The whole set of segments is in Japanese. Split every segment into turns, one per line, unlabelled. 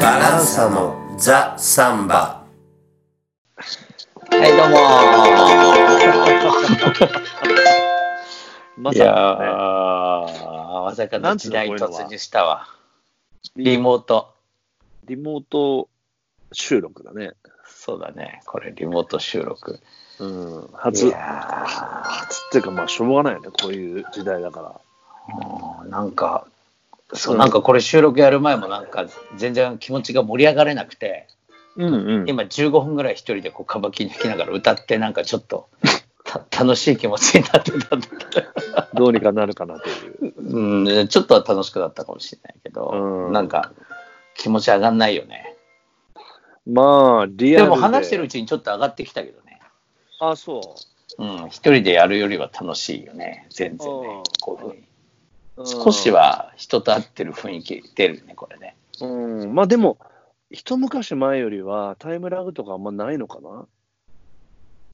バランサのザ・サンバ
はい、どうもー。ま
い
さ
やー、
か
まさか
な
の
んつう
時
の
代
こういうのは
突入したわ。
ね
リモート。
リモート収録だね。
そうだね。これ、リモート収録。
うん。
い
初、
や
初っていうか、まあ、しょうがないよね。こういう時代だから。
ー、うんなんか、そうう、
ん
なんかこれ収録やる前もなんか、全然気持ちが盛り上がれなくて、
うんうん。
今15分ぐらい一人でこう、カバキリ吹きながら歌って、なんかちょっと、た楽しい気持ちになってたんだけど、
どうにかなるかなという。
うん、ちょっとは楽しくなったかもしれないけど、
うん
なんか、気持ち上がんないよね。
まあ、リア
で
ルで。
も話してるうちにちょっと上がってきたけどね。
あ、そ
うん、一人でやるよりは楽しいよね、全然
う
ね
ん。
こういうふうに
う。うん
少し。は人と会ってる雰囲気出るね、これね。
うん。まあ、でも、一昔前よりはタイムラグとかあんまないのかな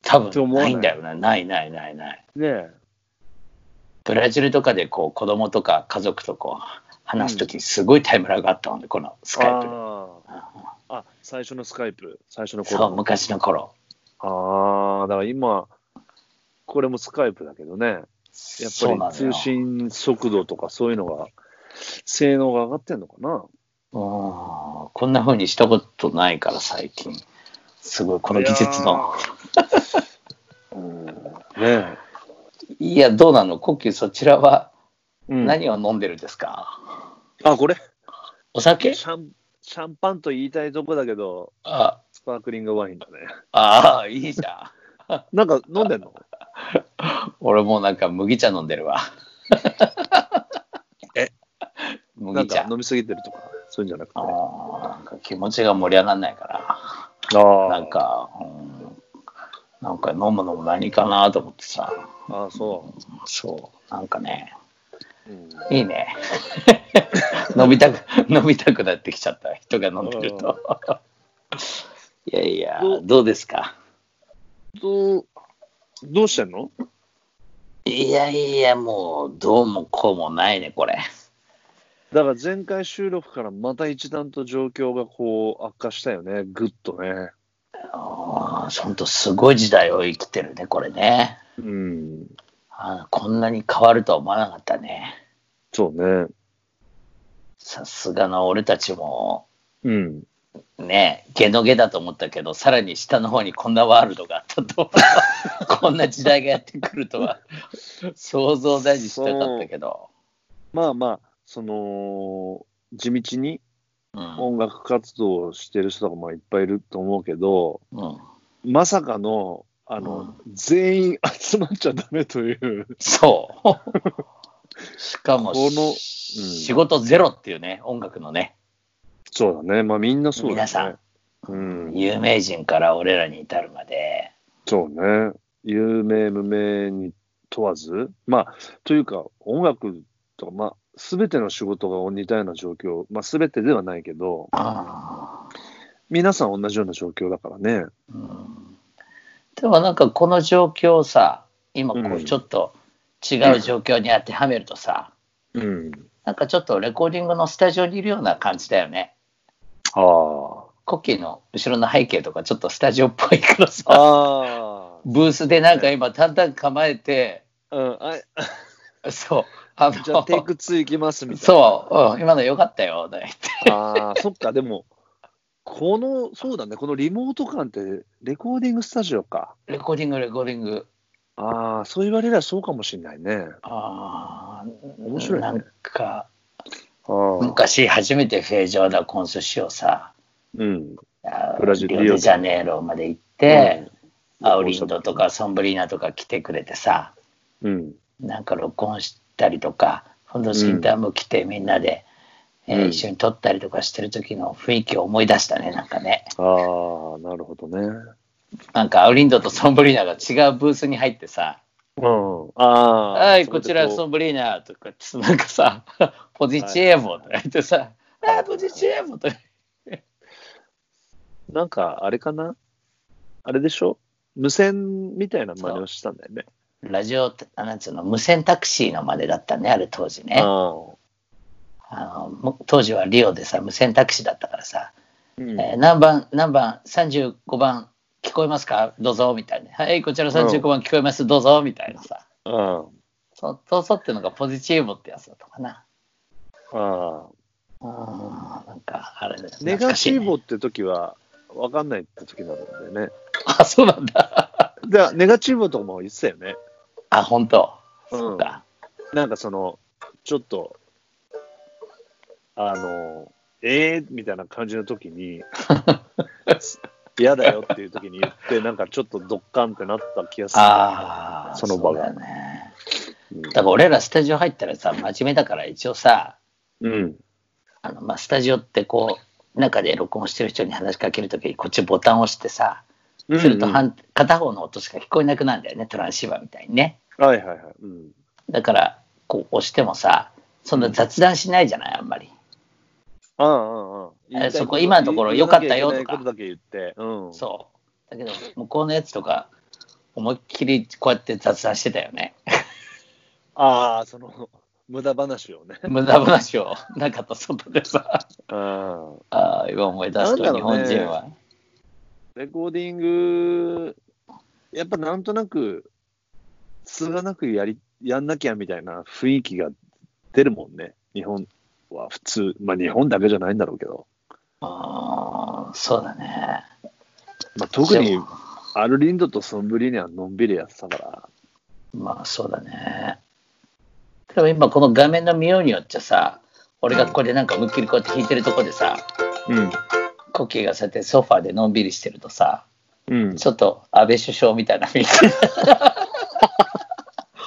多
って
分
思
な
わない
いんだよな、ないないないない。
ね
ブラジルとかでこう子供とか家族とこう話すときすごいタイムラグあったもんね、このス
ス
カイプで。
あーあ、最初のスカイプ。最初の
そ
頃
う、昔の頃。
ああ、だから今、これもスカイプだけどね、やっ
そうな
ぱり
のよ
通信速度とかそういうのが、性能が上がってんのかな。
うんこんな風にしたことないから最近。すごい、この技術の。
うん、ねえ
いや、どうなのコッキー、そちらは
うん
何を飲んでるんですか、
あ、これ
お酒
シャン、シャンパンと言いたいとこだけど、
あ
スパークリングワインだね。
ああ、いいじゃ
なんか飲んでんの
ん。俺もうなんか麦茶飲んでるわ。
えなん
麦
か
茶。
飲みすぎてるとか、そういうんじゃなくて。
あーなんか気持ちが盛り上がらないか
あ
ら、なん。か、うん、なんか飲むのも何かなと思ってさ、
ああ、そ
そう、なんかね、
う。うん、
いい ね。飲みたく、飲みたくなってきちゃった、人が飲んでると。いやいや
ど、う
どうですか
どう、どうしてんの
いやいや、もう、どうもこうもないね、これ。
だから前回収録からまた一段と状況がこう悪化したよね、ぐっとね。
あー本当すごい時代を生きてるね、これね。
うん、
あーこんなに変わるとは思わなかったね。
そうね。
さすがの俺たちも、
うん。
ね、ゲノゲだと思ったけど、さらに下の方にこんなワールドがあった とはこんな時代がやってくるとは、想像だにしてなかったけど。
まあまあ、その、地道に
うん
音楽活動をしてる人とかもいっぱいいると思うけど、
うん、
まさかの、あの、全員集まっちゃダメという、
そう。しかも、
このうん
仕事ゼロっていうね、音楽のね、
そうだね。まあみんなそうだね。
皆さん。
うん。
有名人から俺らに至るまで、
そうね。有名、無名に問わず、まあ、というか、音楽とか、まあ、すべての仕事が似たような状況、まあ、すべてではないけど、皆さん同じような状況だからね。
うんでもなんかこの状況をさ今こ
う
うんちょっと違う状況に当てはめるとさ、
うん。
なんかちょっとレコーディングのスタジオにいるような感じだよね
あ
コッキーの後ろの背景とかちょっとスタジオっぽいから
あ。
さ
あ
ブースでなんか今淡々構えて
あ。うん。あ
そうあの
じゃあ、テイク2いきますみたいな。
そう、うん今の良かったよ、ね、
ああ、そっか、でも、この、そうだね、このリモート感って、レコーディングスタジオか。
レコーディングレコーディング
ああ、そう言われりゃそうかもしれないね。
あー
面白いね
なんか
ああ。
昔初めてフェイジョーダ・コンスシをさ
うん。
あ
ブラジル
リオデジャネイロまで行って、アウリンドと
か。
かソンブリーナとか来てくれてさ
うん。
なんか録音したりとかフォンドスキンターム来てみんなで、えー
うん
一緒に撮ったりとかしてる時の雰囲気を思い出したねなんかね
ああ、なるほどね。
なんかアウリンドとソンブリーナが違うブースに入ってさ
うん。あ
「
あ。
はいこちら
そ
ソ
う。
ンブリーナ」とかってなんか さ「ポジチエーボ」とか言ってさ「あーポジチエーボ」とか
なんか、あれかなあれでしょ無線みたいな真似をしたんだよね。
ラジオ、あなんつうの、無線タクシーの真似だったね、あれ当時ね。
あ
あのも当時はリオでさ、無線タクシーだったからさ、
ーうん
えー何番、何番、35番、聞こえますかどうぞ、みたいな。はい、こちら35番聞こえます、どうぞ、みたいなさ。
あ
そう、そうそうってのがポジチーボってやつだったかな。
ーあ
うん、なんか、あれだよ
ーネガチーボ
懐かしいね
って時は分かんないって時なんだよね。
あ、そうなんだ。
で、ネガチーボとかも言ってたよね。
あ、本当。
うん
そうか。
なんかその、ちょっと、あの、えー、みたいな感じの時に、嫌だよっていう時に言っ て、なんかちょっとドッカンってなった気がする。
ああ、
その場が
そうだよね。
うん
だから俺らスタジオ入ったらさ、真面目だから一応さ、
うん。
あのまあ、スタジオってこう、中で録音してる人に話しかけるときに、こっちボタンを押してさ、すると
うんうん
反、片方の音しか聞こえなくなるんだよね、トランシーバーみたいにね。
はいはいはい。うん。
だから、こう押してもさ、そんな雑談しないじゃない、あんまり。
ああああああ言いたいと
そこ今のところ良かったよとか
言わなきゃいけないことだけ言って。うん。
そう。だけど、向こうのやつとか、思いっきりこうやって雑談してたよね。
ああ、その、無駄話をね。
無駄話を、中と外でさ、
ああ。
ああ、今思い出すと、
なんだ
日
ろう
本
ね
人は。
レコーディング、やっぱなんとなく、つがなくやり、やんなきゃみたいな雰囲気が出るもんね。日本は普通。まあ日本だけじゃないんだろうけど。
ああ、そうだね。
まあ特
で
に
も、
アルリンドとソンブリーニはのんびりやってたから。
まあそうだね。でも今この画面の見ようによっちゃさ、俺がここでなんか思いっきりこうやって弾いてるとこでさ、
うん。
コッキーがそうやってソファーでのんびりしてるとさ、
うん。
ちょっと安倍首相み たいな雰囲気。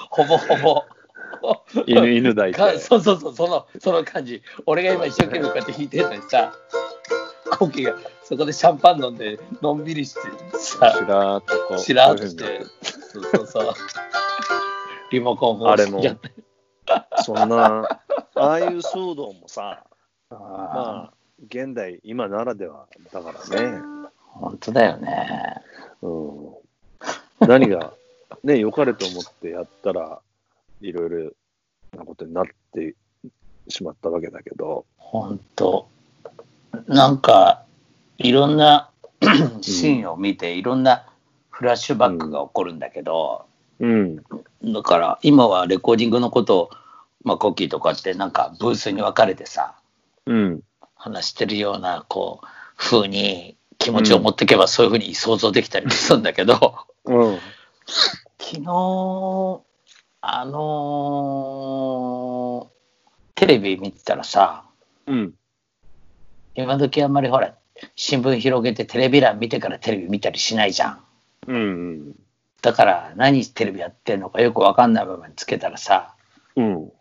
ほぼほぼ。
犬犬抱いて。
か そうそうそう、その、その感じ。俺が今一生懸命こうやって弾いてるのにさ、コッキーがそこでシャンパン飲んでのんびりしてさ
し、らーっとこう。
しらーっとし
こういうふうに
て、そうそうそう。リモコンを
あれも
やって
そんな、ああいう騒動もさ、
まあ、
まあ、現代、今ならではだからね、
本当だよね。
うん、何が、ね、 良かれと思ってやったら、いろいろなことになってしまったわけだけど、
本当。なんか、いろんな シーンを見て、いろんなフラッシュバックが起こるんだけど、
うん、
だから今はレコーディングのことを、まあ、コッキーとかってなんかブースに分かれてさ、
うん、
話してるような、こう、風に気持ちを持っていけば、そういうふうに想像できたりするんだけど、
うん、
昨日あのーテレビ見てたらさ
うん、
今時あんまりほら新聞広げてテレビ欄見てからテレビ見たりしないじゃん
うん、
だから何テレビやってんのかよくわかんないままつけたらさ
うん、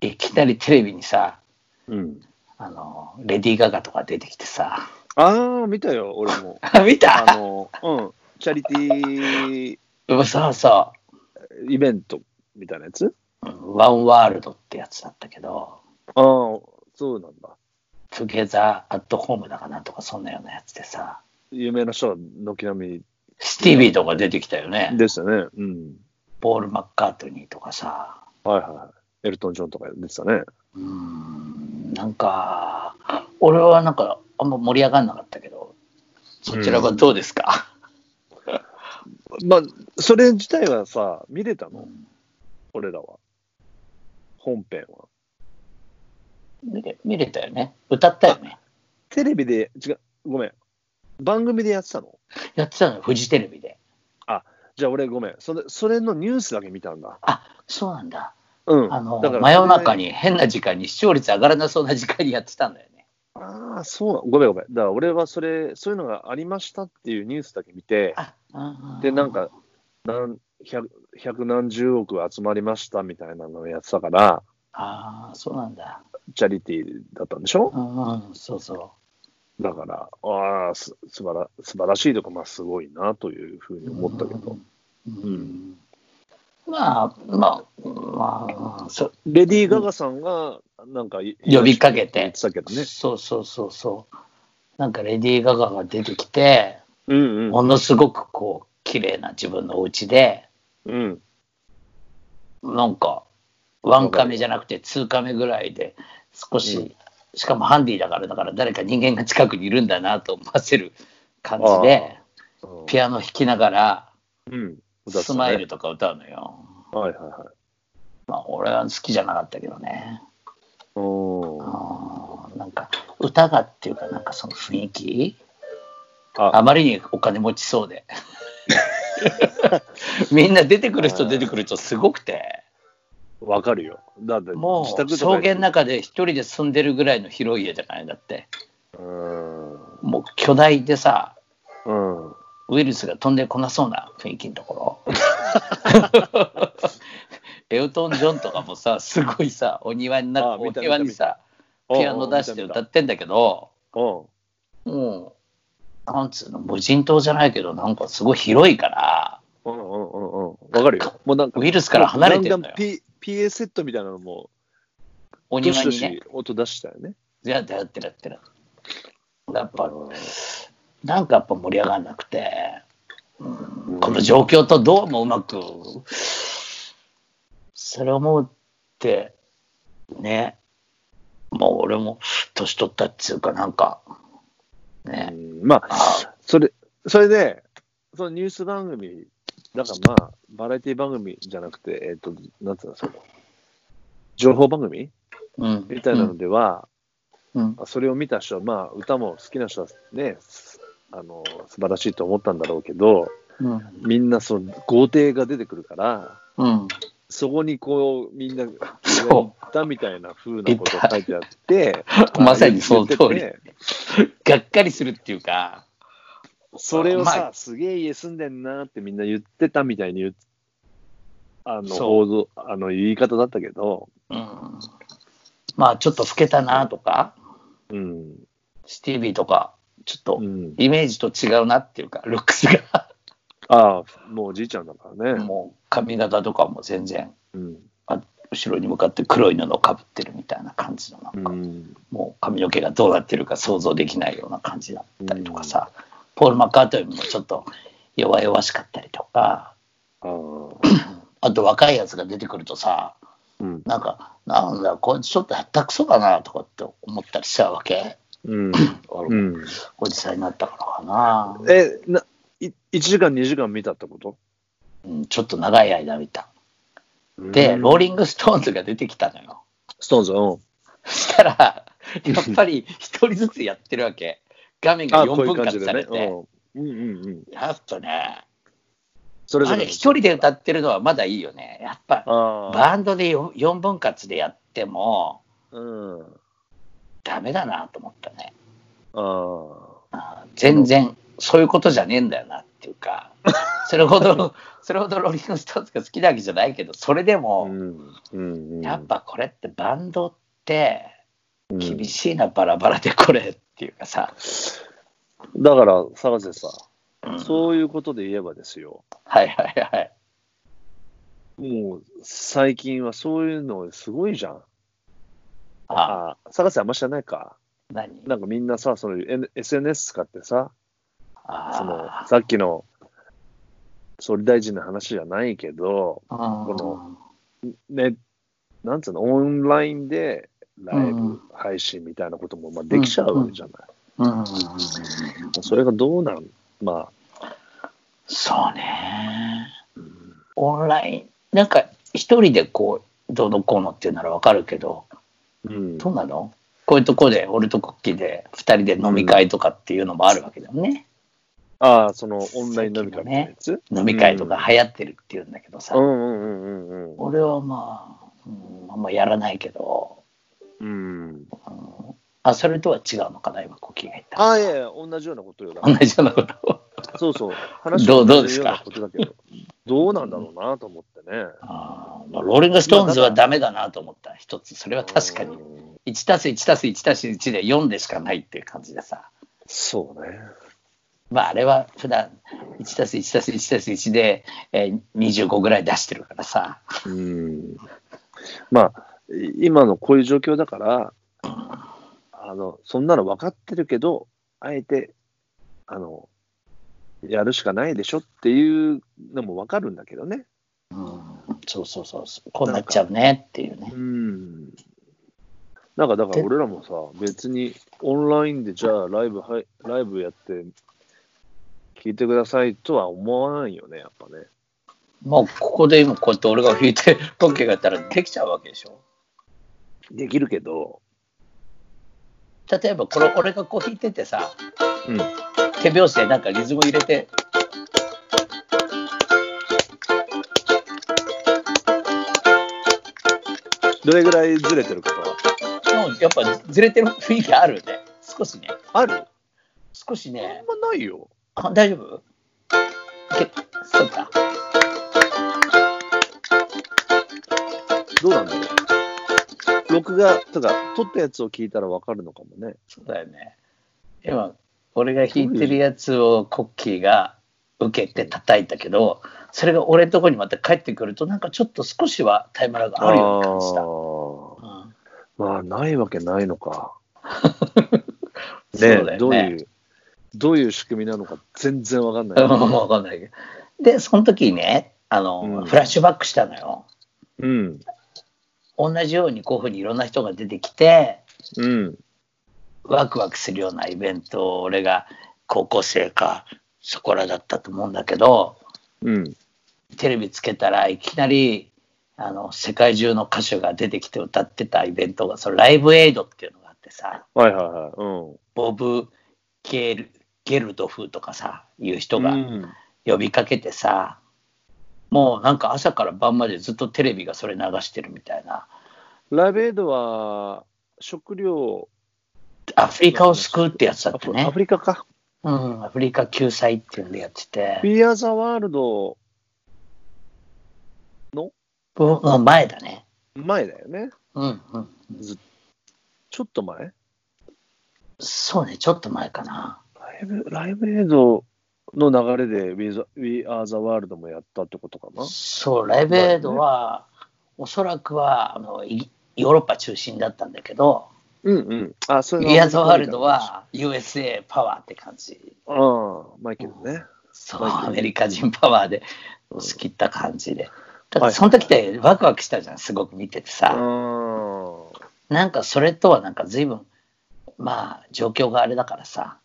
いきなりテレビにさ
うん。
あのレディー・ガガとか出てきて さ
ああ、見たよ、俺も。
あ見
あ
た
の、うん、チャリティ
うんそうそ
ーイベントみたいなやつ
ううんワンワールドってやつだったけど
ああ、そうなんだ。
トゥゲザー・アット・ホームだかなんとかそんなようなやつでさ
有名な人は軒並み
スティービーとか出てきたよね
でしたね。うん。
ポール・マッカートニーとかさ、
はいはいはい。エルトン・ジョンとか出てたね。
うーん、なんか、俺はなんか、あんま盛り上がんなかったけど、そちらはどうですか、
まあ、それ自体はさ、見れたの俺らは。本編は。
見れ見れたよね、歌ったよね、
テレビで、違う、ごめん。番組でやってたの
やってたのよ、フジテレビで。
じゃあ俺ごめん。それ、それのニュースだけ見たんだ。
あそうなんだ、
うん。
あの
だから
真夜中。に変な時間に視聴率上がらなそうな時間にやってたんだよね。
ああ、そうなごめんごめん。だから俺はそれ、そういうのがありましたっていうニュースだけ見て、
あうんうん
で、なんか、なん百百何十億集まりましたみたいなのをやってたから、
ああ、そうなんだ。
チャリティーだったんでしょ
うん、うん、そうそ
だから、ああ、す素晴ら素晴らしいとか、まあ、すごいなというふうに
う。
思ったけ
う
ど、
ん。
うん
まあ、まあ、まあ、そ
レディー・ガガさんが、なんか、
呼びかけて
言ってたけどね。
そうそうそうそう。なんかレディー・ガガが出てきて、
うんうん。
ものすごくこう、綺麗な自分のお家で、
うん。
なんか、ワンカメじゃなくてツーカメぐらいで、少し、
うん
しかもハンディだから、だから誰か人間が近くにいるんだなと思わせる感じで、ピアノ弾きながら、
うん。歌ってたね
スマイル。とか歌うのよ。
はいはいはい。
まあ、俺は好きじゃなかったけどね。
おー
あーなんか、歌がっていうか、なんかその雰囲気あ
あ、
まりにお金持ちそう で。みんな出てくる人出てくる人すごくて、
わかるよ。だって、
も
自
う
宅と
草
か
原の中で一人で住んでるぐらいの広い家じゃないだって、
うん。
もう巨大でさ、
うん。
ウイルスが飛んでこなそうな雰囲気のところ。 エウトン・ジョンとかもさ、すごいさ、お庭にな
あ
お
見た
庭にさ、ピアノ出して歌ってんだけど、
お
もう、なんつうの、無人島じゃないけど、なんかすごい広いから、
うんうんうんうん。わかるよ。もうなんか、
ウイルスから離れてる
だん
んだ
だん
よ。
P- PA セットみたいなのも、
お
どし
庭
ど
にね
し。音出したよね。
やってやってるやってる。やっぱ、なんかやっぱ盛り上がらなくて、うんこの状況とどうもうまく、それ思うって、ね、もう俺も年取ったっつうか、なんか、ね、
うんまあ、それ、それで、そのニュース番組、だからまあ、バラエティ番組じゃなくて、えっ、と、なんつうの、その、情報番組
うん。
みたいなのでは、
うん
それを見た人は、まあ、歌も好きな人はね、すあの、素晴らしいと思ったんだろうけど、
うん。
みんなその豪邸が出てくるから、
うん。
そこにこう、みんな、
そう
行ったみたいな風なことを書いてあって、
まさにその通り
言ってて
がっかりするっていうか、
それをさ、
まあ
すげえ家住んでんなってみんな言ってたみたいに言っあの
そう
報道あの言い方だったけど、
うん、まあちょっと老けたなとか、
うん
スティービーとか、ちょっと
うん、
イメージと違うなっていうか、ルックスが。
ああもうおじいちゃんだからね、
もう髪型とかも全然
うん
あ後ろに向かって黒い布をかぶってるみたいな感じのな
うん
か、
ん
もう髪の毛がどうなってるか想像できないような感じだったりとかさ、ポール・マッカートニーもちょっと弱々しかったりとか
ああ
あと若いやつが出てくるとさ
うん
なんかなんだこいつちょっとやったくそだなとかって思ったりしちゃうわけ
うんうん
おじさんになったからかな、
えない1時間2時間見たってこと
うん、ちょっと長い間見たで、ローリング・ストーンズが出てきたのよ
ストーンズうん
したら、やっぱり一人ずつやってるわけ。画面が
あ
4
こういう
分
感じ
割
で
さ
ね
れて。
うんうんうんうん
やっぱね、
それぞ
あ
れ
れ一人で歌ってるのはまだいいよね。やっぱ、
ああ
バンドでよ4分割でやっても、
うんあ
ダメだなと思ったね。
あ
あー全然、そういうことじゃねえんだよなっていう か、それほど、それほどローリング・ストーンズが好きなわけじゃないけど、それで
う
も、
んうんうん
やっぱこれってバンドって、
うん
厳しいな、バラバラでこれっていうかさ、
だから、探せさ、
うん
そういうことで言えばですよ、
はいはいはい。
もう最近はそういうのすごいじゃん。
あ
ああ、探せあんま知らないか。
何
なんかみんなさ、その N- SNS 使ってさ、その
あ
さっきの総理大臣の話じゃないけど、
あ
このね、なんつうの、オンラインでライブ配信みたいなこともまあできちゃうじゃない。
うん、
それがどうなんま
そうね、オンライン、なんか一人でこう、どうのこうのっていうならわかるけど、
あ、うん、
どうなのこういうとこで、俺とコッキーで二人で飲み会とかっていうのもあるわけだよね。
ああ、そのオンライン飲み会みたいなやつ、
飲み会とか流行ってるっていうんだけどさ、
うんうんうんうんうん
俺はまあ、うん、あんまやらないけど、
うん。
あ、それとは違うのかな、今、コッキーが言った。
ああ、いやいや、同じようなことよ。だか
同
ら
じようなこと を。
そうそう。話
どう
同
どうで
じ
す
よう
か
なことだけど。どうなんだろうなと思ってね。
あーまあローリング・ストーンズはダメだなと思った、一つ、それは確かに。
うん
1たす1たす1たす1で4でしかないっていう感じでさ、
そうね。
まあ、あれは普段1たす1たす1たす1で、えー25ぐらい出してるからさ、
うん。まあ、い今のこういう状況だから、あの、そんなの分かってるけど、あえて、あの、やるしかないでしょっていうのもわかるんだけどね。
うんそうそうそうそう。こうなっちゃうねっていうね
う。ん。なんかだから俺らもさ、別にオンラインでじゃあライブ、はい、ライブやって聞いてくださいとは思わないよね、やっぱね。
もうここで今こうやって俺が弾いて、 ポッケがやったらできちゃうわけでしょ。
できるけど。
例えばこれ俺がこう弾いててさ、
うん。
手拍子でなんかリズム入れて、
どれぐらいずれてるかは
もうやっぱずれてる雰囲気あるよね。少しね。
ある
少し
あ
ね
ん。まないよ。
あ大丈夫いけそうか。
どうなんだろう。録画とか、撮ったやつを聞いたらわかるのかもね。
そうだよね。今、俺が弾いてるやつをコッキーが受けて叩いたけど、それが俺のとこにまた帰ってくると、なんかちょっと少しはタイムラグあるような感じだ。
あ
うん
ーまあ、ないわけないのか。
そうだよ
どういう、どういう仕組みなのか全然わかんない。
わかんないけど。で、その時にね、あの、
うん
フラッシュバックしたのよ。
うん。
同じようにこういうふうにいろんな人が出てきて、
うん。
ワクワクするようなイベントを俺が高校生かそこらだったと思うんだけど、
うん。
テレビつけたらいきなりあの世界中の歌手が出てきて歌ってたイベントがそのライブエイドっていうのがあってさ
はいはいはい。うん。
ボブ・ゲルゲルドフとかさいう人
う
が
ん
呼びかけてさ、もうなんか朝から晩までずっとテレビがそれ流してるみたいな
ライブエイドは、食料、
アフリカを救うってやつだ
ア
って
フ
ね
アフリカか。
うん、アフリカ救済っていうんでやってて
We are the world
の前だね
前だよね。
うんうん
ちょっと前
そうねちょっと前かな
ライブ、ライブ映像の流れで We the- We Are the World もやったってことかな。
そう、ライブエイドは、おそらくはあのイギヨーロッパ中心だったんだけど、
うんうん。あ、それ
イアザワールド、は USA パワーって感じ、
ああ、マイケルね。
そう、
はい
アメリカ人パワーで押し切った感じで、だか
は
ら
い
その時ってワクワクしたじゃん、すごく見てて
あ
さ、
あ。
なんかそれとはなんか随分、まあ、状況があれだからさ、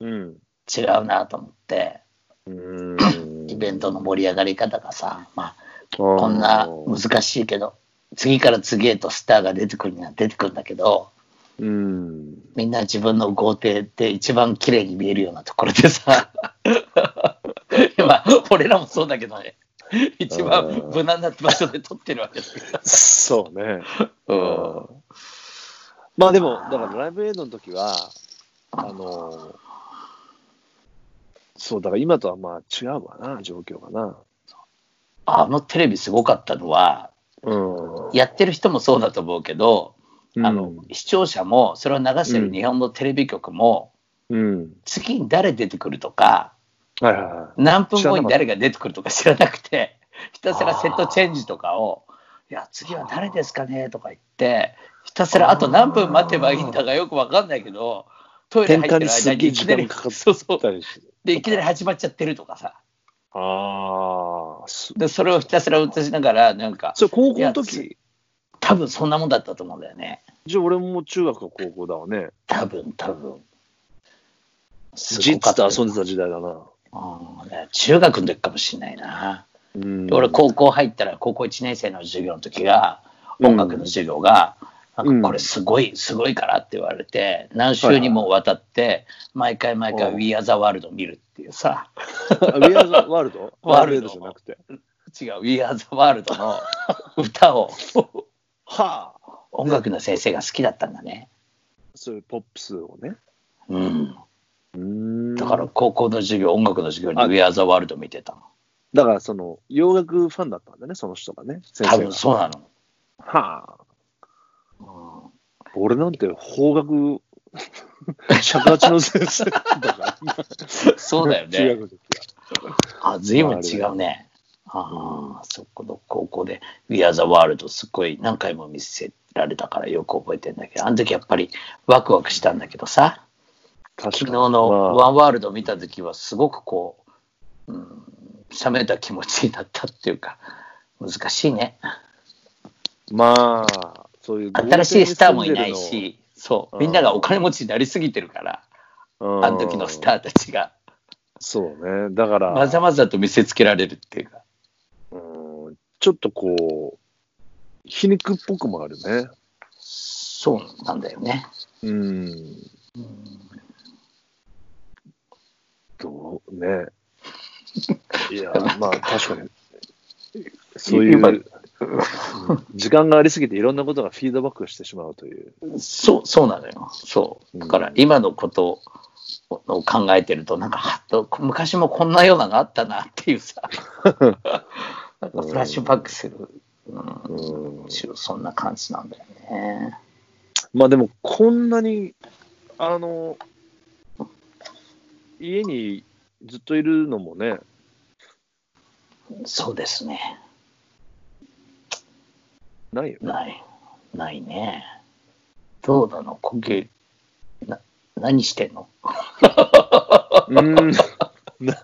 うん。
違うなと思って、イベントの盛り上がり方がさ、まあ、こ
こ
んな難しいけど、次から次へとスターが出てくるには出てくるんだけど、
うん。
みんな自分の豪邸って一番綺麗に見えるようなところでさ今俺らもそうだけどね一番無難な場所で撮ってるわけだか
そうね。
ら、
まあでも、だからライブエイドの時は、あのーそう、だから今とはまあ違うかな、状況かな。
あのテレビすごかったのは
うん。
やってる人もそうだと思うけど、あ
う
の
ん
視聴者もそれを流してる日本のテレビ局も、
うん。
次に誰出てくるとか
はいはいは
何分後に誰が出てくるとか知らなくて ひたすらセットチェンジとかを「いや次は誰ですかね」とか言ってひたすらあと何分待てばいいんだかよく分かんないけどトイ
い。
レ
転
入って
換
る
にす
間
っ
に
げえ
いき
時
な
間
り
かか
そうそ
っ
う
たりして。
でいきなり始まっちゃってるとかさ
ああ、そ
でそれをひたすら映しながらなんか
れ高校の
いや
時
多分そんなもんだったと思うんだよね
じゃあ俺も中学か高校だわね。
多分多分す
ジ
ご
ッツ
か
と
った
遊んでた時代だ
う
な。
んだから中学の時かもしれないな。
うん
で俺高校入ったら高校1年生の授業の時が
うん
音楽の授業が、なん
うん
かこれすごいすごいからって言われて何週にもわたって毎回毎回
う
「
ん
We are the world」を見るっていうさ
あ We are the
ワ
world?
ー
ワー
ル
ル
ド
ドじゃなくて。
違う「We are the world」の歌 を
はあ。
音楽の先生が好きだったんだね、
そういうポップスをね。
うん、
うん
だから高校の授業音楽の授業に「We are the world」見てたの
だからその洋楽ファンだったんだね、その人がね。先
多
生が
分そうなの、
はあ。
うん
俺なんて邦楽 尺八の先生だから。
そうだよね
中学の時
あ、随分違うね。ああ、そこの高校で、We Are the World すっごい何回も見せられたからよく覚えてんだけど、あの時やっぱりワクワクしたんだけどさ、
は。確
昨
か
日
に
の
まあ
ワンワールド見た時はすごくこう、うん、冷めた気持ちになったっていうか、難しいね。
まあ、そういう。
新しいスターもいない、し、そう、みんながお金持ちになりすぎてるから、
あ
あの時のスタ
ー。
ーたちが、
そうね。だから、
まざまざと見せつけられるっていうか、
うんちょっとこう、皮肉っぽくもあるね。
そうなんだよね。
うん。
うん
どうね。い や、まあ確かに。そういう、
今
うん時間がありすぎていろんなことがフィードバックしてしまうという。
そう、そうなのよ。そう。だから今のことを考えてると、なんか、はっと、昔もこんなようなのがあったなっていうさ、なんかフラッシュバックする。うん。
うん
むしろそんな感じなんだよね。
まあでも、こんなに、あの、家にずっといるのもね、
そうですね。
な いよね。
ない。ないね。どうなの呼吸、な、何してんの
うん。な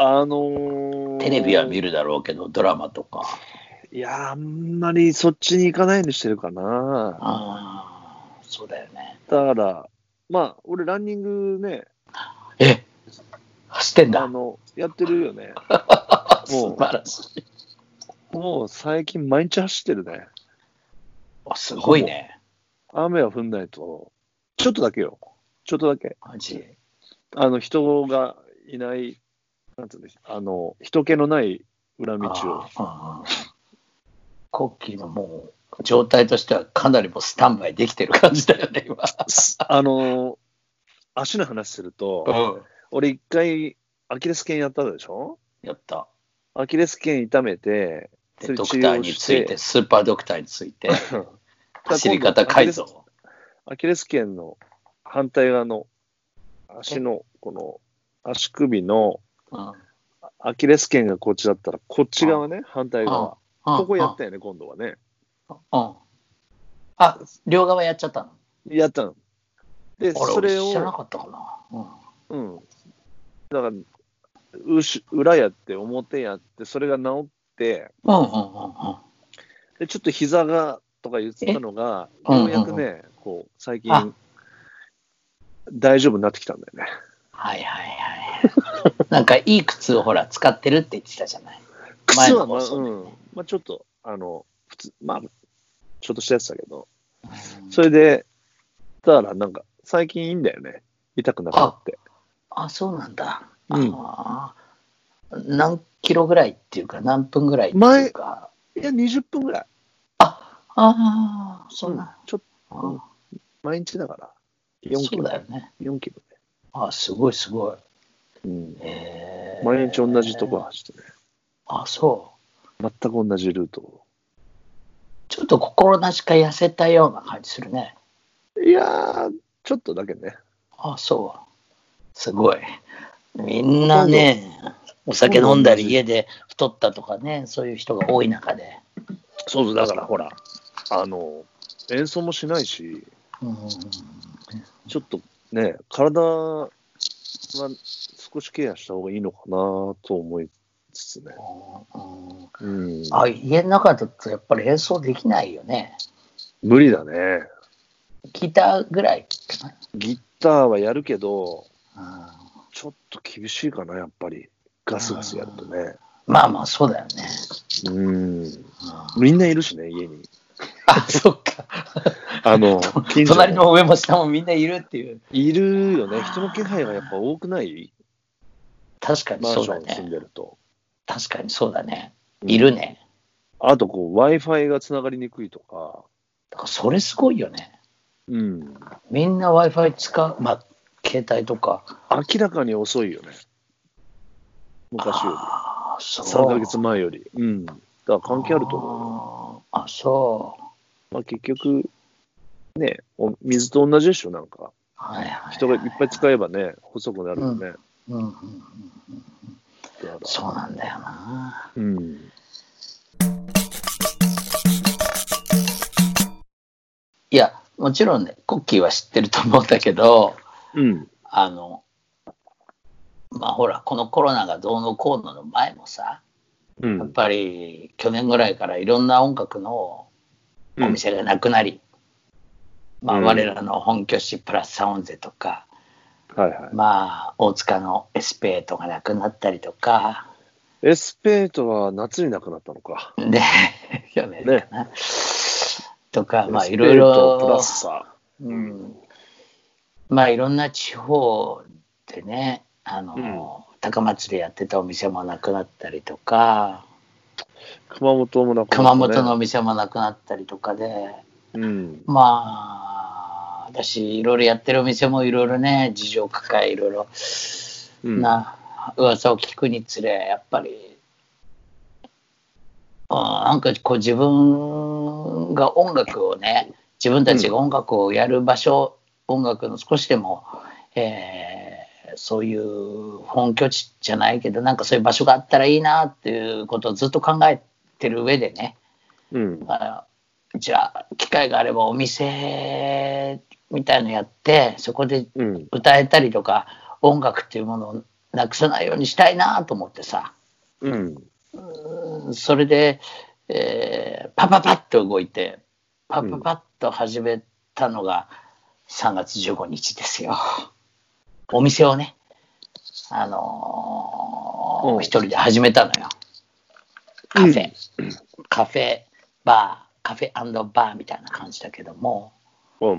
あのー
テレビは見るだろうけど、ドラマとか。
いや、あんまりそっちに行かないようにしてるかな。
ああ、そうだよね。
だから、まあ、俺、ランニングね、
え走ってん
あ
だ。
の、やってる よね。
素晴らしい。
もう最近毎日走ってるね。
あすごいね。
雨は降んないと、ちょっとだけよ。ちょっとだけ。
マジ。
あの、人がいない、なんていうんですあの、人気のない裏道を。
あーコッキーのもう状態としてはかなりもうスタンバイできてる感じだよね、今。
あの、足の話すると、
うん、
俺一回、アキレス腱やったでしょ
やった。
アキレス腱痛めて、
で、ドクターについて、スーパードクターについて、走り方改造。
アキレス腱の反対側の足の、この足首の
うん。
アキレス腱がこっちだったら、こっち側ね、反対側。ここやったたよね、今度はね。
うん。あ、両側やっちゃったの
やったの。で、
あれ
それ
俺知らな
を、
かったかな。うん
うん。だから、うし裏やって、表やって、それが治って、
うんうんうんうん。
で、ちょっと膝がとか言ってたのが、
え
ようやくね、こう、最近
あ、
大丈夫になってきたんだよね。
はいはい はい。なんかいい靴をほら、使ってるって言ってたじゃない。前
靴は、
の
ま
放
あ、
送
う
で
ん。まあ、ちょっと、あの、普通、まあ、ちょっとしたやつだけど、
うん
それで、だからなんか、最近いいんだよね。痛くなくなって。
あ、そうなんだ。
うん
あー何キロぐらいっていうか、何分ぐらいっていうか。
いや、20分ぐらい。
ああ、そん
うん
な。
ちょっ
あ
うん毎日だから。4キ
そう
ロ。
だよね。
4キロ
あすごいすごい。
ね。
え
うん。
ー
毎日同じとこ走ってね。
あそう。
全く同じルートを。
ちょっと心なしか痩せたような感じするね。
いやー、ちょっとだけね。
あそう。すごい。みんなね、お酒飲んだり家で太ったとかね、そういう人が多い中で。
そうそう、だからほら、あの、演奏もしないし、
うん、
ちょっとね、体は少しケアした方がいいのかなと思いつつね。
うん
うん。
あ家の中だとやっぱり演奏できないよね。
無理だね。
ギターぐらいか
ギターはやるけど、
な。
ちょっと厳しいかな、やっぱり。ガスガスやるとね。
まあまあ、そうだよね。
うん。
うん
みんないるしね、家に。
あ、 そっか。
あ の、近所
隣の上も下もみんないるっていう。
いるよね。人の気配がやっぱ多くない
確かに
マン
そう
ショ
だ
ン住ん
ね。
でると。
確かにそうだね。いるね。
あと、こう、Wi-Fi がつながりにくいとか。
だからそれすごいよね。
うん。
みんな Wi-Fi 使う、まあ、携帯とか。
明らかに遅いよね。昔より。
ああ、そう。
3ヶ月前より。うん。だから関係あると思うよ。
思う。あ、そう。
まあ結局、ね、お水と同じでしょ、なんか。
はいはいはい。
人がいっぱい使えばね、細くなるよね。
うんうんうん
だから
そうなんだよな。
うん。
いや、もちろんね、コッキーは知ってると思うんだけど、
うん。
あの、まあほら、このコロナがどうのこうのの前もさ、
う
やっ
ん。
ぱり去年ぐらいからいろんな音楽の
うん
お店がなくなり、まあ
うん
我らの本拠地プラスサウンゼとか、
はいはい。
まあ大塚のエスペートがなくなったりとか、
エスペートは夏になくなったのか。
で、 去年かな。とか、まあ
エスペ
い
ー
ろい
トプ
ろ
ラ、スさ。
うん、まあいろんな地方でね、あの、高松でやってたお店もなくなったりとか、
熊本もなくな
熊
った、ね。
本のお。店もなくなったりとかで、
うん。
まあ、私、いろいろやってるお店もいろいろね、事情抱え、いろいろ
うん、
な噂を聞くにつれ、やっぱり、あなんかこう自分が音楽をね、自分たちが音楽をやる場所、音楽の少しでも、えーそういう本拠地じゃないけど、なんかそういう場所があったらいいなっていうことをずっと考えてる上でね、
うん。
あじゃあ機会があればお店みたいのやってそこで
うん。
歌えたりとか音楽っていうものをなくさないようにしたいなと思ってさ
うん。
うんそれで、えーパパパッと動いてパパパッと始めたのが3月15日ですよ。お店をね、あのー
うん
一人で始めたのよ。カフェ、カフェバー、カフェバーみたいな感じだけども、
う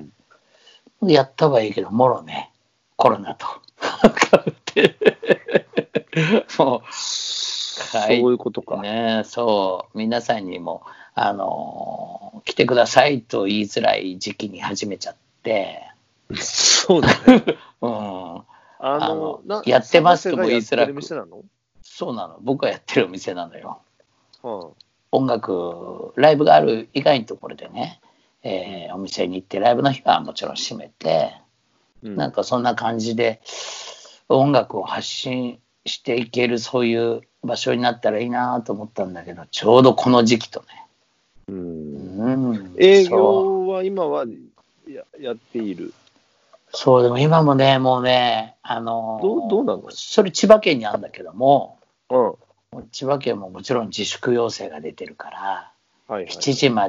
ん。
やったはいいけど、もろね、コロナ と。もはい
そういうことか。
う、ね、そう、皆さんにも、あのー来てくださいと言いづらい時期に始めちゃって、
そうだね。
うん、
あ
あの
の、な
やってますとも言いづらく
その店がやってる店なの
そうなの、僕がやってるお店なのよ。
は
音楽ライブがある以外のところでね、えーお店に行ってライブの日はもちろん閉めて、
あ、うん
なんかそんな感じで音楽を発信していけるそういう場所になったらいいなと思ったんだけどちょうどこの時期とね、
うん
うん
営
そう
業は今はややっている。
そうでも今もねもうねあの
どうどうなの
それ千葉県にあるんだけども
うん。は
千葉県ももちろん自粛要請が出てるから
い、はい。
7時ま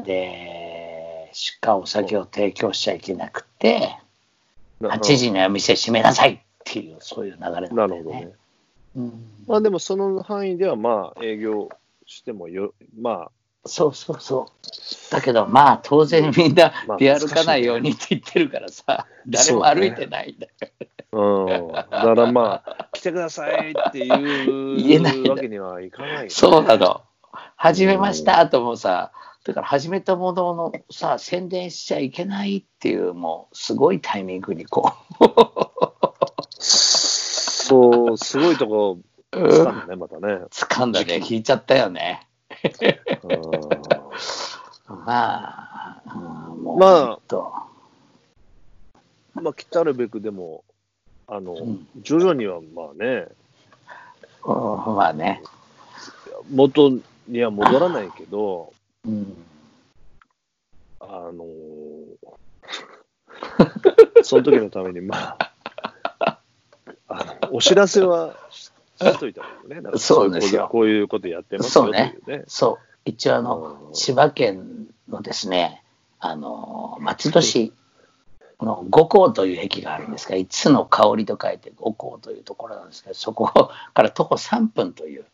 でしかお酒を提供しちゃいけなくて、
な
8時には店閉めなさいっていう、そういう流れなんだよね。
なるほどね。
うん
まあでもその範囲ではまあ営業してもよ、ま
そうそうそう。だけどまあ当然みんな
まあ
出歩かないようにって言ってるからさ、誰も歩いてないんだよ。
あ、うん。だからまあ、来てくださいっていう
言えない
わけにはいかないよね。
そうなの。始めましたともさ、だから始めたもののさ、宣伝しちゃいけないっていう、もうすごいタイミングにこ
そう、すごいとこ
う、
来たんだね、またね。
掴んだね、引いちゃったよね。
うん
まあ、うんもう
まあ
ほんと
まあ、来たるべくでも、あの
うん、
徐々にはまあね、
うんまあね。
元には戻らないけど、
うん
あのー その時のために、まあ、あのお知らせはししといた方がね、なんか
そうですよ
こういうことやってますよ
そう
と
ね
いうね。
そう、一応あの
う、ん
千葉県のですね、あの、松戸市の五港という駅があるんですが、5つの香りと書いて五港というところなんですけど、そこから徒歩3分という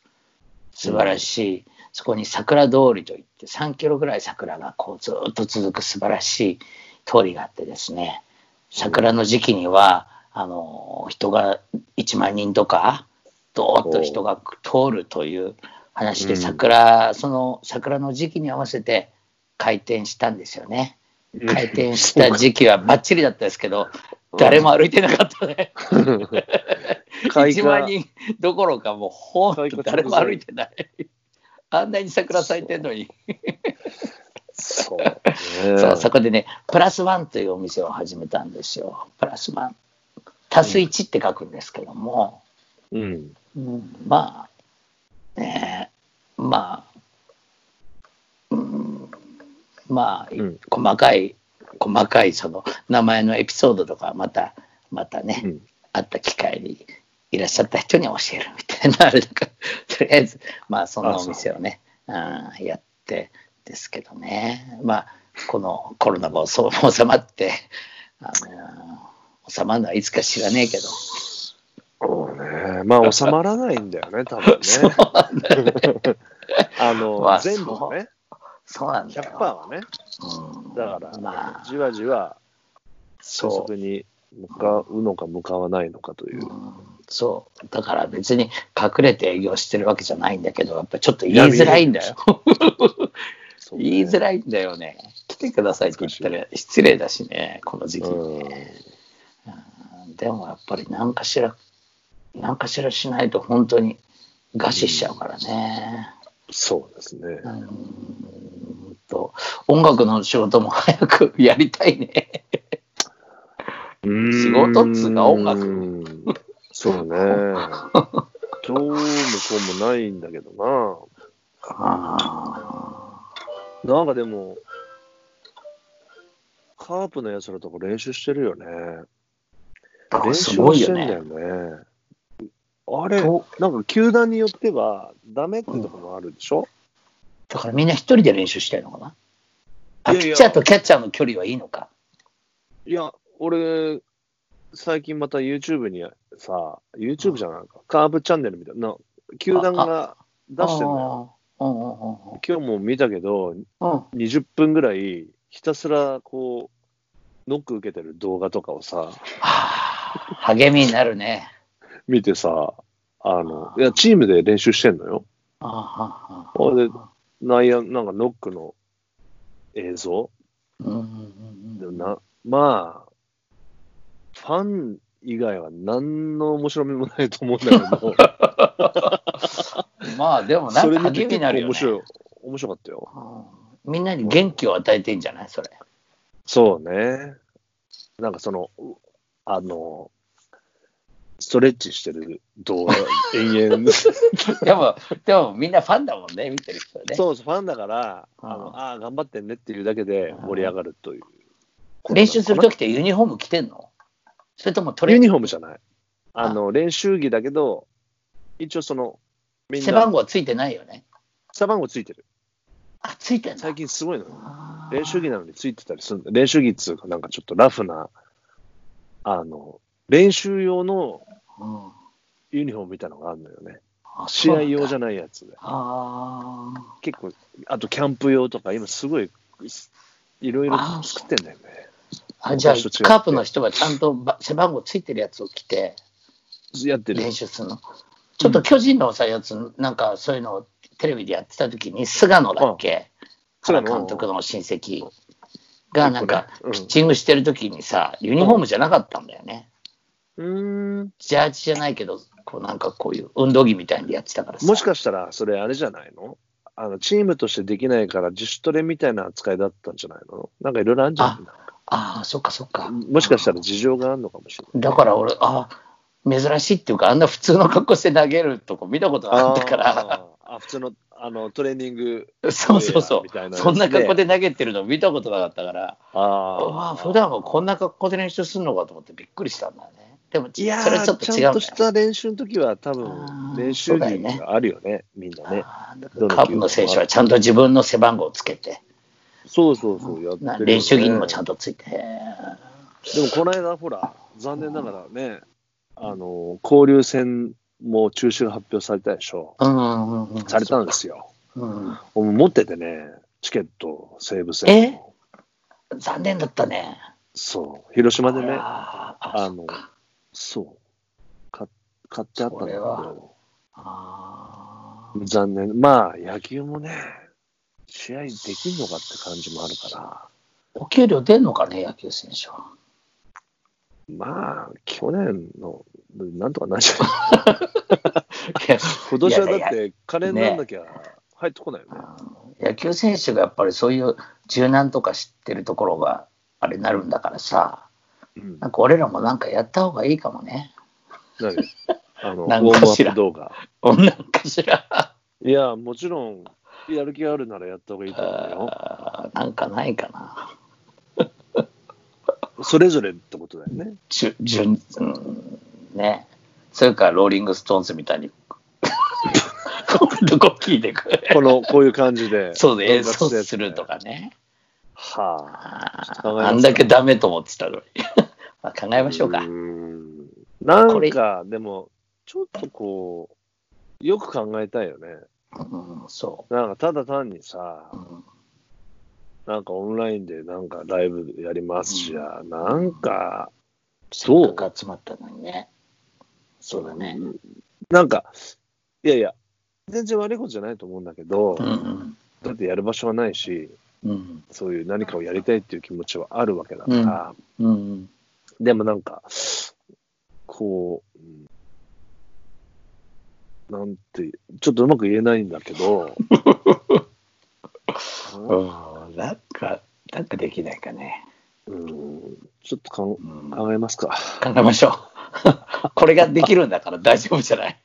素晴らしい、そこに桜通りといって、3キロぐらい桜がこうずっと続く素晴らしい通りがあってですね、桜の時期には、あの、人が1万人とか、どーっと人が通るという話で
うん
桜、その桜の時期に合わせて開店したんですよね開店した時期はバッチリだったですけど誰も歩いてなかったね
開
1
花
万人どころかもうほんと誰も歩いてないあんなに桜咲いてんのに
そう、
そうそこでねプラスワンというお店を始めたんですよプラスワン足す1って書くんですけども、
うん。
うんまあ、ねえ、まあ、うん、まあ、い
うん
細かい、細かいその名前のエピソードとかはまた、またね、
うん
あった機会にいいらっしゃった人に教えるみたいな、あれだから、 とりあえず、まあ、そのお店をね、うんやってですけどね、まあ、このコロナが収収まって、あの収まるのはいつか知らねえけど、
そうね。まあ、収まらないん だよね、多分ね。
そうなんだよね
あの、
まあ
全部はね、
そうなんだ
100%
よ。
はね、
うん
だから、
まあ、
じわじわ収
そう
束。に向かうのか向かわないのかという。
そう。だから別に隠れて営業してるわけじゃないんだけど、やっぱちょっと言いづらいんだよ。
そうね
言いづらいんだよね。来てくださいって言ったら失礼だしね、この時期ね。うんでもやっぱり何かしら、何かしらしないと本当に餓死しちゃうからね。
そうですね。
うんと音楽の仕事も早くやりたいね。仕事っつうか音楽
楽。そう ね。どうもこうもないんだけどな。
あ
なんかでも、カープのやつらとか練習してるよね。
ー
練
す
習
ご
はいして
よ
んだ
ね
よ。ね。あれ、
と
なんか球団によっては、ダメってとこもあるでしょ、
だからみんな一人で練習してるのかな。あ
いやい
ピ
や
ッチャーとキャッチャーの距離はいいのか。
いや、俺、最近また YouTube にさ、YouTube じゃないか、カープチャンネルみたいな、球団が出してるんだよ。
あーうんうんうん
今日も見たけど、
うん。
20分ぐらい、ひたすらこう、ノック受けてる動画とかをさ、
はあ励みになるね。
見てさ、あの、いや、チームで練習してんのよ。
ああ
ほいで、内野、なんかノックの映像
うんうんう
で
んう
も
ん
な、まあ、ファン以外は何の面白みもないと思うんだけど、
まあでもな
そ
ん
れ
か
に
励み
結
にな
構
るよ
面
ね。
白い、面白かったよ。
うんみんなに元気を与えてんじゃないそれ。
そうね。なんかその、あの、ストレッチしてる 動画、延々。
でも、でもみんなファンだもんね、見てる人はね。
そうそう、ファンだから、
うん
あのあー、頑張ってんねっていうだけで盛り上がるという。
練習するときってユニフォーム着てんのそれともトレ
ユ
ーニ
ニ
ング
フォームじゃない。あの、練習着だけど、一応その、みんな、
背番号はついてないよね。
背番号ついてる。
あ、ついてんの
最近すごいのよ。
あー
練習着なのについてたりするんだ練習着っつうか、なんかちょっとラフな、あの、練習用の
うん
ユニフォームみたいなのがあるのよね。
あ
試合用じ
そうなんだ
ゃないやつで。
あー
結構、あとキャンプ用とか、今すごい、いろいろ
あー
作ってんだよね。
あ。じゃあ、
昔と違って
カープの人はちゃんとば背番号ついてるやつを着て
やってる。
練習するの。ちょっと巨人のさ、やつ、なんかそういうのをテレビでやってた時に、菅野だっけ
菅
原
野
監督の親戚が、なんか
うん、
ピッチングしてる時にさ、ユニフォームじゃなかったんだよね。
うーん。
ジャージじゃないけど、こうなんかこういう運動着みたいにやってたからさ。
もしかしたら、それあれじゃないのあのチームとしてできないから自主トレみたいな扱いだったんじゃないのなんかいろいろあるんじゃない
ああ、そっかそっか。
もしかしたら事情があるのかもしれない。
だから俺、あ珍しいっていうか、あんな普通の格好して投げるとこ見たことなかったから、
あーあ普通のあのトレーニング、
そうそうそ
みたいな
う、
やつね
そんな格好で投げてるの見たことなかったから、うわ
あ
普段はこんな格好で練習するのかと思ってびっくりしたんだよね。でも、
いやー
それはちょっと
ち
違
ゃ
うんんだ
とし
よ。
た練習の時は、多
あ
分
ー
練習着があるよね、みんなね。
あーだか
ど
ら
の
カープの選手はちゃんと自分の背番号をつけて、
そうそうそう、やってるよね、
練習着にもちゃん
と。
とついて。
でもこの間、ほら、残念ながらね、あの交流戦も中止が発表されたでしょ。
うんうんうん
されたんですよ。
うん、
俺持っててね、チケット、西武戦。
え残念だったね。
そう、広島で
あ
ね、
らー
あ
そ
の
っか、
そう、か買ってあったんだけ
それ
ど、
あー
残念。まあ、野球もね、試合できんのかって感じもあるか
お給料出んのかね、野球選手は。
ら、まあ、去年の、なんとかなんじゃない今年はだっ
いやいやいや
て、金になんなきゃ入ってこないよね。
あの野球選手がやっぱりそういう柔軟とか知ってるところがあれになるんだからさ、
うん
なんか俺らもなんかやった方がいいかもね。
何あの、ウォ
な
ー
ん
ムア
かし
ッ
ら
プ動画。
女かしら。
いや、もちろん、やる気があるならやった方がいいと思うよ。
あーなんかないかな。
それぞれってことだよね。
じゅじゅんうんね。それからローリング・ストーンズみたいに、 俺のコッキーでこう
この、こういう感じで。
そうで演
音楽
奏
したやつ
すると。かね。
はあ。考えます
あんだけダメと思ってたのに。 まあ考えましょうか
ー。んな
こ
ん
れ
か、でも、ちょっとこう、よく考えたいよね。
うん、そ
なんか、ただ単にさ
う。う、ん
なんかオンラインでなんかライブやりますじゃ、なんか、
せ
そう
っかく集まったのにね。そうだね。
なんか、いやいや、全然悪いことじゃないと思うんだけど、
うん
だってやる場所はないし、
うん。うん
そういう何かをやりたいっていう気持ちはあるわけだから、
うん。
でもなんか、こううん、なんて、ちょっとうまく言えないんだけど、
うんなんか、なんかできないかね。
うん、ちょっとかん
うん考
考えますか。
えましょう。これができるんだから大丈夫じゃない。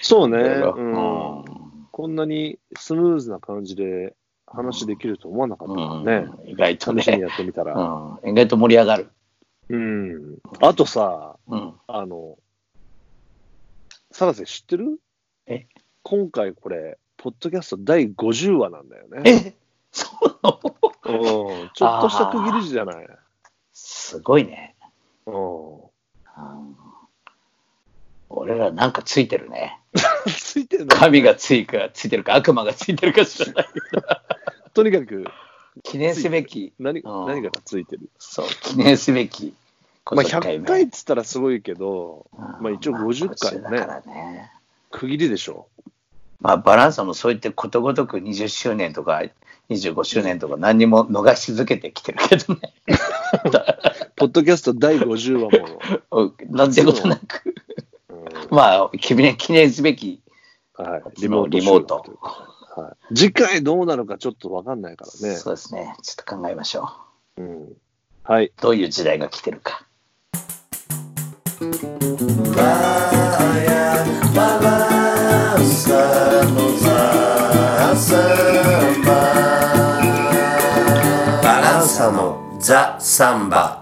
そうね、
いろいろ
うん、こんなにスムーズな感じで話できると思わなかった
うん
からね、
意外と
楽しみに
ね、
やってみた
う
ら。
ん、意外と盛り上がる。
うん。あとさ、
うん、
あの、サラセ知ってる
え
今回これ、ポッドキャスト第50話なんだよね。
えそうなの
うんちょっとした区切りじゃない。
すごいね。
うん
うん俺らなんかついてるね。
ついてるの
神がついかついてるか悪魔がついてるか知らない。
とにかく
記念すべき、
何
うん
何かがついてる。
そう、記念すべき
まあ、
50
100回っつったらすごいけど、
うん
まあ、一応50回
まあ
ね
だからね。
区切りでしょ。
まあ、バランサもそう言ってことごとく20周年とか25周年とか何にも逃し続けてきてるけど ね。
ポッドキャスト第50話 も。
うんなんてことなく。
うん
まあ、記念記念すべき
はい、
リモート。
収録というかはい、次回どうなるかちょっと分かんないからね。
そうですね。ちょっと考えましょ
うん、はい。
う。どういう時代が来てるか。
バランサのザ・サンバ